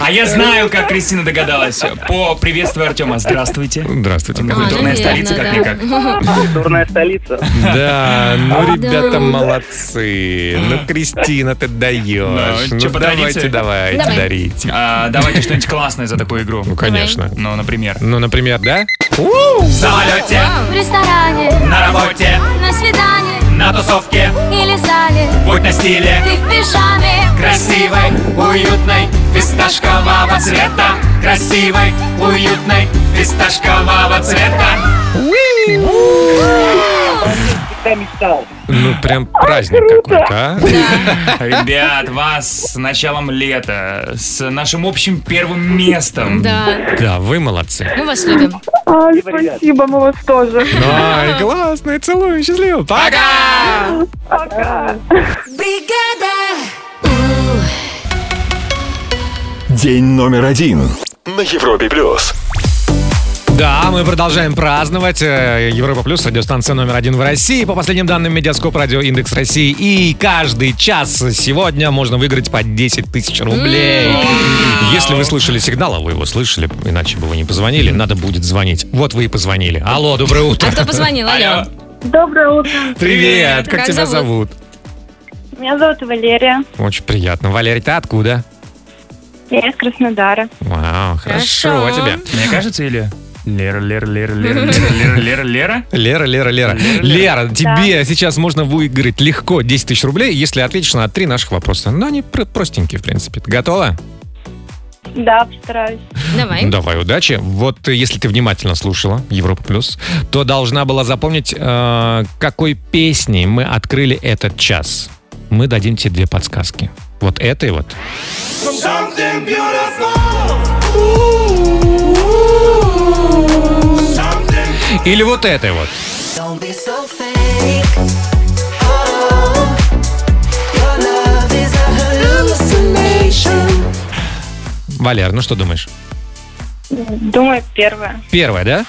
А я знаю, как Кристина догадалась. По приветствию Артема. Здравствуйте. Здравствуйте. Культурная столица, как-никак. Культурная столица. ну Да, ну, Да. ребята, молодцы. Ну, Кристина, ты даешь. Ну, давайте, Чё, подарите? давайте, дарите. А, давайте что-нибудь классное за такую игру. Ну, конечно. Ну, например. Ну, например, да? В самолете, В ресторане, на работе, на свидании на тусовке, или в зале будь на стиле. Ты в пижаме Красивой, уютной, фисташкового цвета. Красивой, уютной, фисташкового цвета. Всегда мечтал. Ну, прям праздник какой-то, а? Ребят, вас с началом лета, с нашим общим первым местом. Да. Да, вы молодцы. Мы вас любим. Ай, спасибо, мы вас тоже. Ай, классно, я целую, счастливо. Пока! День номер один. На Европе плюс. Да, мы продолжаем праздновать. Э, Европа Плюс, радиостанция номер один в России. По последним данным Медиаскоп Радио Индекс России. И каждый час сегодня можно выиграть по 10 тысяч рублей. Если вы слышали сигнал, а вы его слышали, иначе бы вы не позвонили, надо будет звонить. Вот вы и позвонили. Алло, доброе утро. А кто позвонил? Алло. Доброе утро. Привет, как тебя зовут? Меня зовут Валерия. Очень приятно. Валерий, ты откуда? Я из Краснодара. Вау, хорошо, а Хорошо. тебе. Мне кажется, или... Лера, Лера, Лера, Лера, Лера, Лера, Лера, Лера. Лера, Лера, Лера. Лера, тебе сейчас можно выиграть легко 10 тысяч рублей, если ответишь на три наших вопроса. Но они пр- простенькие, в принципе. Ты Готова? Да, постараюсь. Давай. Давай, удачи. Вот э, если ты внимательно слушала Европа Плюс, то должна была запомнить, э, какой песней мы открыли этот час. Мы дадим тебе две подсказки. Вот этой вот. Something beautiful. Или вот этой вот. Don't be so fake. Oh, your love is a hallucination. Валер, ну что думаешь? Думаю, первое. Первая, да?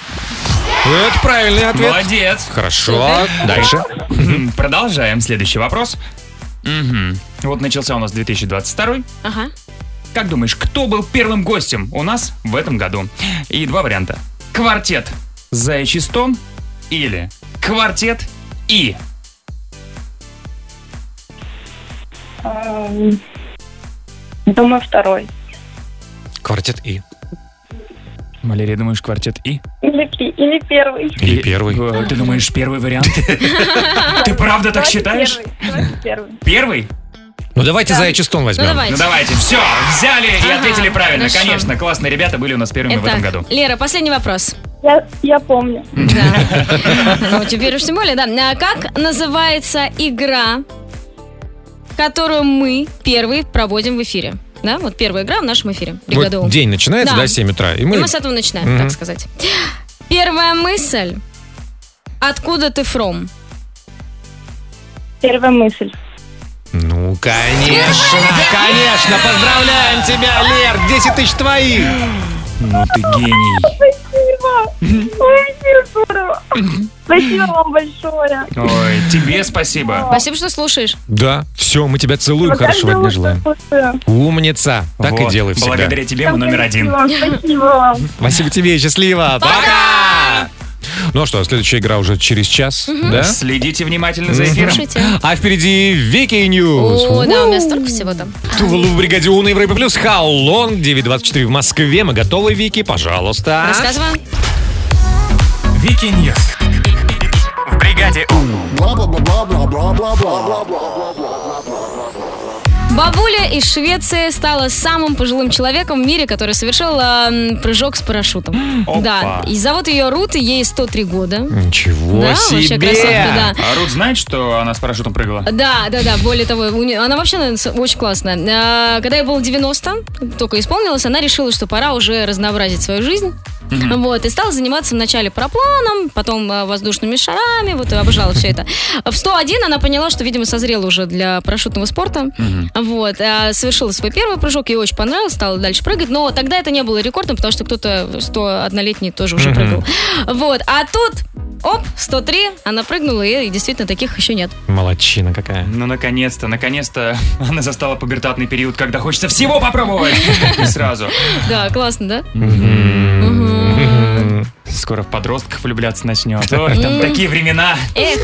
Это правильный ответ. Молодец. Хорошо. Дальше. Мгм. Продолжаем. Следующий вопрос. Мгм. Вот начался у нас 2022. Ага. Ну, Как думаешь, кто был первым гостем у нас в этом году? И два варианта. Квартет «Заячий стон» или «Квартет И». Эм, Думаю, второй. Квартет И. Валерия, думаешь, «Квартет И»? Или, пи- или первый. Или первый. Э, Ты думаешь, первый вариант? Ты правда так Давайте считаешь? первый, давайте первый. Первый? Ну давайте заячий стон возьмем. Ну, давайте. Ну давайте, все, взяли и Ага, ответили правильно. хорошо. Конечно, классные ребята были у нас первыми в этом Итак, году. Лера, последний вопрос. Я, я помню. Ну, теперь уж тем более, да. А Как называется игра, которую мы первые проводим в эфире? Да, вот первая игра в нашем эфире. Бригаду. Вот день начинается, да, Да. 7 утра. И И мы... мы с этого начинаем, Мгм. так сказать. Первая мысль. Откуда ты from? Первая мысль. Ну, конечно, конечно, поздравляем тебя, Лер, 10 тысяч твоих. Ну ты гений. Спасибо. Ой, здорово. Спасибо вам большое. Ой, тебе А. спасибо. Спасибо, что слушаешь. Да, все, мы тебя целуем, Вот так хорошего дня зовут, желаем. слушаю. Умница, так и Вот, делай всегда. Благодаря тебе мы номер один. Вам Спасибо вам. Спасибо тебе, счастливо. Пока! Ну а что, следующая игра уже через час, да? Следите внимательно за Мгм. эфиром. Слушайте. А впереди Вики Ньюс. О, да, у меня столько всего там. Тувалу в бригаде Уна Европы Плюс. How long? 9.24 в Москве. Мы готовы, Вики, пожалуйста. Рассказывай. Вики Ньюс. В бригаде Бабуля из Швеции стала самым пожилым человеком в мире, который совершил эм, прыжок с парашютом. Опа. Да, и зовут ее Рут, и ей 103 года. Ничего Да, вообще красотка, себе! да. А Рут знает, что она с парашютом прыгала? Да, да, да, более того, у нее- она вообще наверное, с- очень классная. А, Когда ей было 90, только исполнилось, она решила, что пора уже разнообразить свою жизнь. Мгм. Вот, и стала заниматься вначале парапланом, потом э, воздушными шарами, вот, и обожала все это. В 101 она поняла, что, видимо, созрела уже для парашютного спорта. Мгм. Вот, э, совершила свой первый прыжок, ей очень понравилось, стала дальше прыгать, но тогда это не было рекордом, потому что кто-то 101-летний тоже уже Мгм. прыгал. Вот, а тут, оп, 103, она прыгнула, и и действительно таких еще нет. Молодчина какая. Ну, наконец-то, наконец-то она застала пубертатный период, когда хочется всего попробовать. И сразу. Да, классно, да? Мгм. Скоро в подростков влюбляться начнет. Ой, там такие времена. Эх.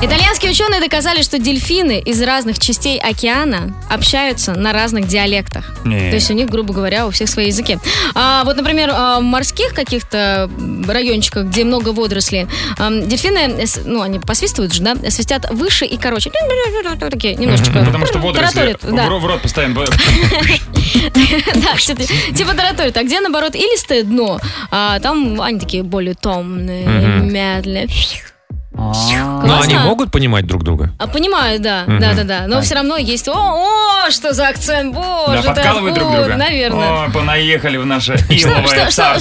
Итальянские ученые доказали, что дельфины из разных частей океана общаются на разных диалектах. Не. То есть у них, грубо говоря, у всех свои языки. А вот, например, а, в морских каких-то райончиках, где много водорослей, ам, дельфины, э, с- ну, они посвистывают же, да, свистят выше и короче. Такие немножечко. Потому что водоросли тараторят, да. в ро- в рот поставим. Да, что-то типа тараторит. А где, наоборот, илистое дно, а там они такие более томные, Мгм. медленные. Но они Классно. могут понимать друг друга? А, Понимаю, да, Мгм. да, да, да. Но все равно есть. О, о, что за акцент, боже, Да, ты подкалывают друг откуда?» друга. Наверное. Ой, понаехали в наше Что, иловое что, что, царство.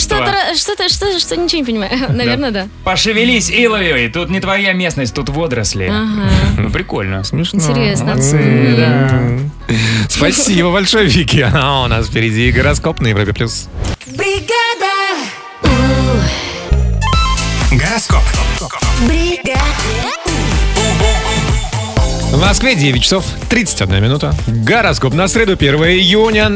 что, то что, что, что, ничего не понимаю. Наверное, да. Пошевелись, иловевый, тут не твоя местность, тут водоросли. Ага. Ну, прикольно. Смешно. Интересно. Молодцы, да. Спасибо большое, Вики. А у нас впереди гороскоп на Европе+. плюс. Бригада! Гороскоп. В Москве 9 часов 31 минута. Гороскоп на среду 1 июня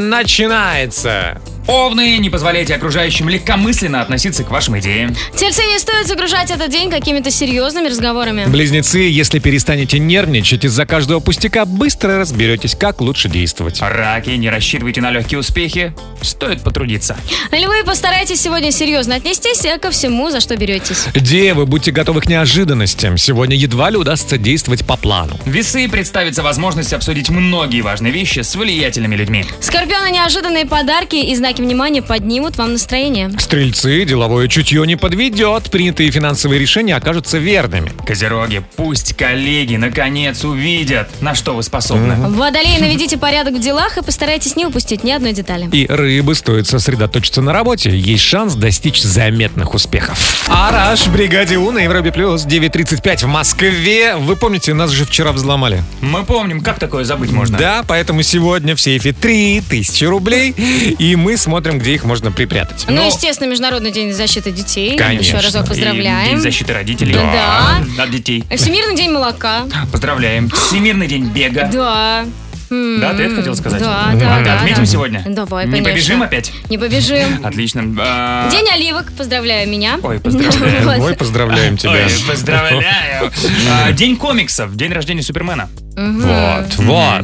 начинается. Овны, не позволяйте окружающим легкомысленно относиться к вашим идеям. Тельцы не стоит загружать этот день какими-то серьезными разговорами. Близнецы, если перестанете нервничать из-за каждого пустяка, быстро разберетесь, как лучше действовать. Раки, не рассчитывайте на легкие успехи, стоит потрудиться. Львы, постарайтесь сегодня серьезно отнестись э, ко всему, за что беретесь. Девы, будьте готовы к неожиданностям. Сегодня едва ли удастся действовать по плану. Весы представится возможность обсудить многие важные вещи с влиятельными людьми. Скорпионы, неожиданные подарки и знаки внимания поднимут вам настроение. Стрельцы, деловое чутье не подведет. Принятые финансовые решения окажутся верными. Козероги, пусть коллеги наконец увидят, на что вы способны. Водолеи, наведите порядок в делах и постарайтесь не упустить ни одной детали. И рыбы стоит сосредоточиться на работе. Есть шанс достичь заметных успехов. Араш, в бригаде У на Европе Плюс, 9.35 в Москве. Вы помните, нас же вчера взломали. Мы помним, как такое забыть можно. Да, поэтому сегодня в сейфе 3000 рублей. И мы с смотрим, где их можно припрятать. Ну, Но- естественно, Международный день защиты детей. Конечно. Еще разок И поздравляем. День защиты родителей. А, Да. От детей. Всемирный день молока. Поздравляем. Всемирный день бега. Да. М. Да, ты это хотел сказать? Да, да, М, да. Отметим да. сегодня? Давай, Не конечно. побежим опять? Не побежим. Отлично. А, День оливок. Поздравляю меня. Ой, поздравляем. Вот. Ой, поздравляем тебя. Ой, поздравляю. А, День комиксов, день рождения Супермена. Мгм. Вот, вот.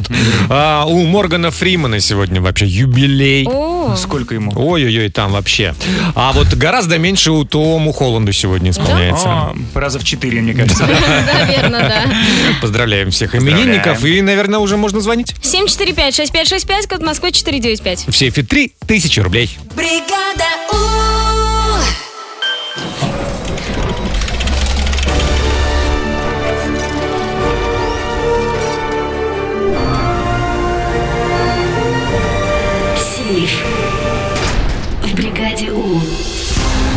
А, у Моргана Фримана сегодня вообще юбилей. О. Сколько ему? Ой-ой-ой, там вообще. А вот гораздо меньше у Тому Холланду сегодня исполняется. А, Раза в четыре, мне кажется. Наверное, да. Поздравляем всех Поздравляем. именинников. И, наверное, уже можно звонить. 745-6565, код Москвы 495. В сейфе 3000 рублей. Бригада У. Сейф. В бригаде У.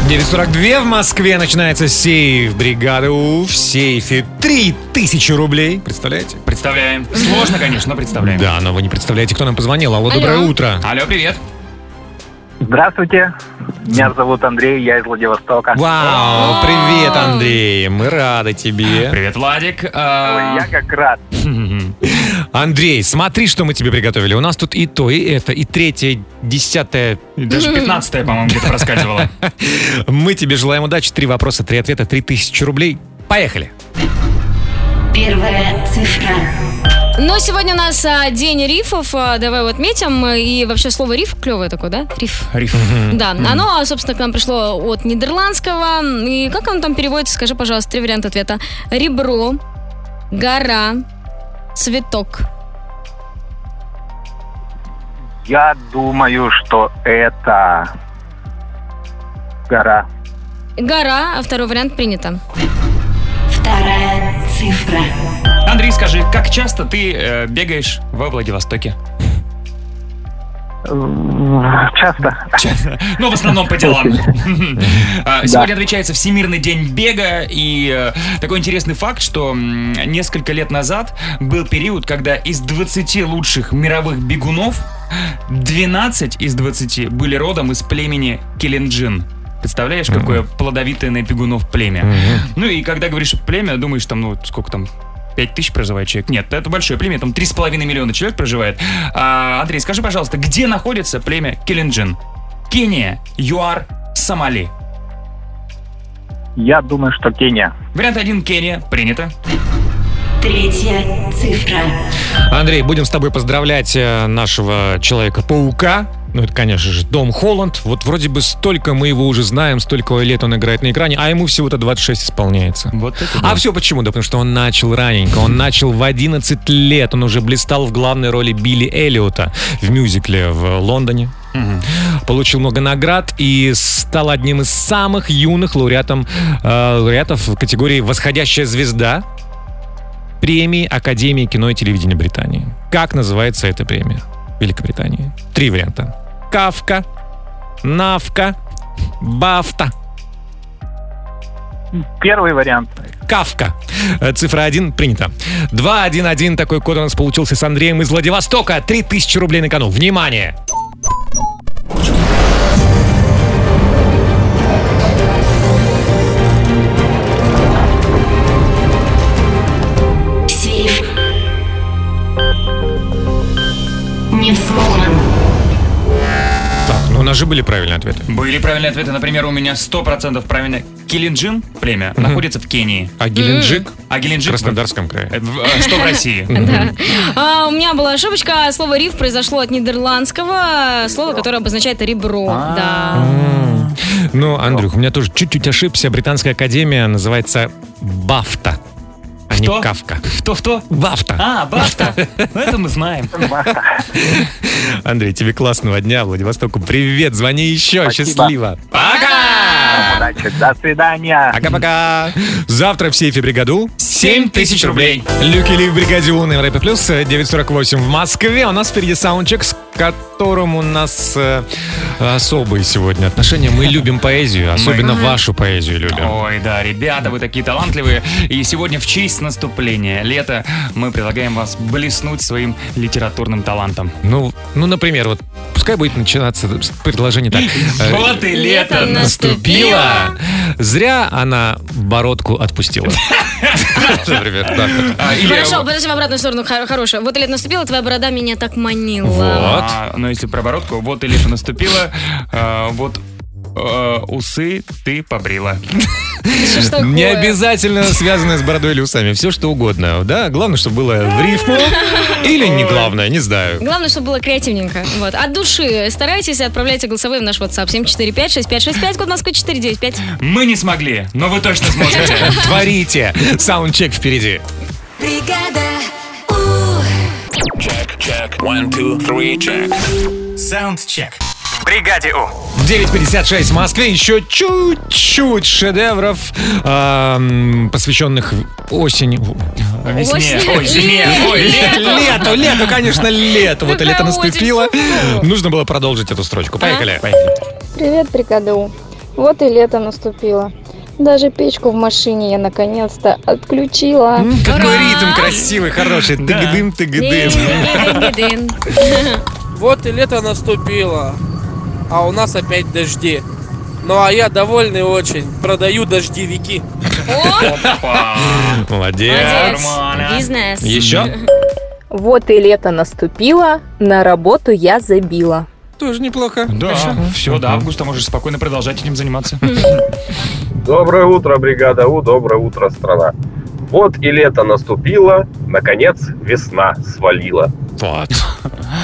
9.42 в Москве начинается сейф бригады У. В сейфе 3000 рублей. Представляете? Представляем. Сложно, конечно, но представляем. Да, но вы не представляете, кто нам позвонил. Алло, доброе Алло. утро. Алло, привет. Здравствуйте. Меня зовут Андрей, я из Владивостока. Вау, привет, Андрей. Мы рады тебе. Привет, Владик. А, Я как рад. Андрей, смотри, что мы тебе приготовили. У нас тут и то, и это, и третье, десятое. Даже пятнадцатая, по-моему, где-то проскальзывала. Мы тебе желаем удачи. Три вопроса, три ответа, три тысячи рублей. Поехали. Первая цифра. Но сегодня у нас а, день рифов, а, давай его отметим. И вообще слово риф клевое такое, да? Риф. Риф. Да, оно, собственно, к нам пришло от нидерландского. И как оно там переводится, скажи, пожалуйста, три варианта ответа. Ребро, гора, цветок. Я думаю, что это гора. Гора, а второй вариант принято. Вторая цифра. Андрей, скажи, как часто ты э, бегаешь во Владивостоке? Часто. Часто. Ну, в основном по делам. А, Да. Сегодня отмечается Всемирный день бега, и э, такой интересный факт, что м, несколько лет назад был период, когда из 20 лучших мировых бегунов 12 из 20 были родом из племени Келенджин. Представляешь, какое плодовитое на бегунов племя. Ну и когда говоришь племя, думаешь там, ну сколько там, 5 тысяч проживает человек? Нет, это большое племя, там 3,5 миллиона человек проживает. А, Андрей, скажи, пожалуйста, где находится племя Келенджин? Кения, ЮАР, Сомали. Я думаю, что Кения. Вариант 1 Кения, принято. Третья цифра. Андрей, будем с тобой поздравлять э, нашего Человека-паука. Ну, это, конечно же, Дом Холланд. Вот вроде бы столько мы его уже знаем, столько лет он играет на экране, а ему всего-то 26 исполняется. Вот это А все почему? Да потому что он начал раненько. Он начал в 11 лет. Он уже блистал в главной роли Билли Эллиота в мюзикле в Лондоне. Получил много наград и стал одним из самых юных лауреатом, э, лауреатов в категории «Восходящая звезда» премии Академии кино и телевидения Британии. Как называется эта премия в Великобритании? Три варианта. Кавка, Навка, Бафта. Первый вариант. Кавка. Э, Цифра 1 принята. 2-1-1. Такой код у нас получился с Андреем из Владивостока. 3000 рублей на кону. Внимание! Сейф. Не взломан. Так, ну у нас же были правильные ответы. Были правильные ответы. Например, у меня 100% правильно. Килинджин, племя, находится в Кении. А Геленджик? А Геленджик? В Краснодарском крае. Э, в- э, Что в России? Да. А, у меня была ошибочка. Слово риф произошло от нидерландского слова, которое обозначает ребро. Да. Ну, Андрюх, у меня тоже чуть-чуть ошибся. Британская академия называется Бафта. А не Что? Кавка. Что-что? Бафта. А, Бафта. Ну, Это мы знаем. Андрей, тебе классного дня. Владивостоку привет. Звони еще. Счастливо. Пока! До А свидания. Пока-пока. Завтра в сейфе бригаду 7 тысяч рублей. Люки Ли в бригаде У на Европе Плюс, э, 9.48 в Москве. А У нас впереди саундчек, с которым у нас э, особые сегодня отношения. Мы любим поэзию, особенно Мы- вашу поэзию любим. Ой, да, ребята, вы такие талантливые. И сегодня в честь наступления лета мы предлагаем вас блеснуть своим литературным талантом. Ну, ну, например, вот Пускай будет начинаться с предложение так. Вот и Э, лето наступило. Зря она бородку отпустила. Например, так вот. А, Хорошо, подожди в обратную сторону. Хор- Хорошее. Вот лет наступило, твоя борода меня так манила. Вот. А, но если про бородку, вот и лето наступило, а, вот э, усы ты побрила. Что такое? Не обязательно связанное с бородой или усами. Все, что угодно. Да, главное, чтобы было в рифму. Или не главное, не знаю. Главное, чтобы было креативненько. Вот. От души старайтесь и отправляйте голосовые в наш WhatsApp 745-6565, код Москвы 495. Мы не смогли, но вы точно сможете. Творите. Саундчек впереди. Бригада У. Check, check. One, two, three, check. Sound check. В бригаде У. 9.56 в Москве. Еще чуть-чуть шедевров, эм, посвященных осени. Весне, ой, зиме, ой, лету. Лету, лету, конечно, лету. Вот и лето наступило. Нужно было продолжить эту строчку. Поехали. Привет, бригада У. Вот и лето наступило. Даже печку в машине я наконец-то отключила. Какой ритм красивый, хороший. Тыгдым, тыгдым. Вот и лето наступило, а у нас опять дожди. Ну а я довольный очень, продаю дождевики. Молодец. Бизнес. Еще? Вот и лето наступило, на работу я забила. Тоже неплохо. Да, все, до августа можешь спокойно продолжать этим заниматься. Доброе утро, бригада У, доброе утро, страна. Вот и лето наступило, наконец весна свалила. Вот.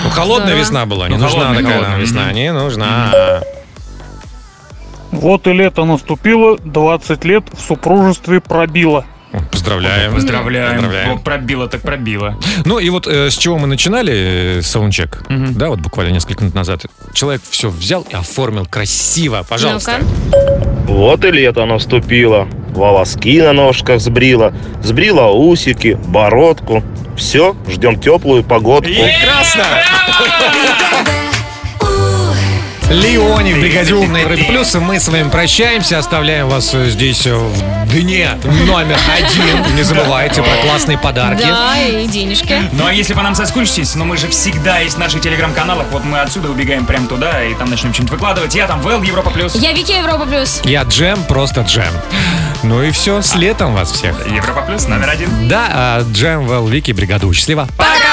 Ну, холодная весна была. Не Ну, нужна холодная, такая холодная. нам весна. Не нужна. Вот и лето наступило, 20 лет в супружестве пробило. Поздравляем. Поздравляем. Поздравляем. Вот Пробило так пробило. Ну и вот э, с чего мы начинали э, саундчек, да, вот буквально несколько минут назад. Человек все взял и оформил красиво, пожалуйста. Вот и лето наступило. Волоски на ножках сбрила, сбрила усики, бородку. Все, ждем теплую погодку. Прекрасно! Леони, бригадюр на Европе Плюс. И Мы с вами прощаемся, оставляем вас э, здесь э, в дне номер один. Не забывайте про классные подарки. Да, и денежки. Ну а если по нам соскучитесь, ну мы же всегда есть в наших телеграм-каналах. Вот мы отсюда убегаем прямо туда и там начнем что-нибудь выкладывать. Я там Вэл, Европа Плюс. Я Вики Европа Плюс. Я джем, просто джем. Ну и все, с летом вас всех. Европа Плюс номер один. Да, а, джем, Вэл, Вики, бригаду. Счастливо. Пока!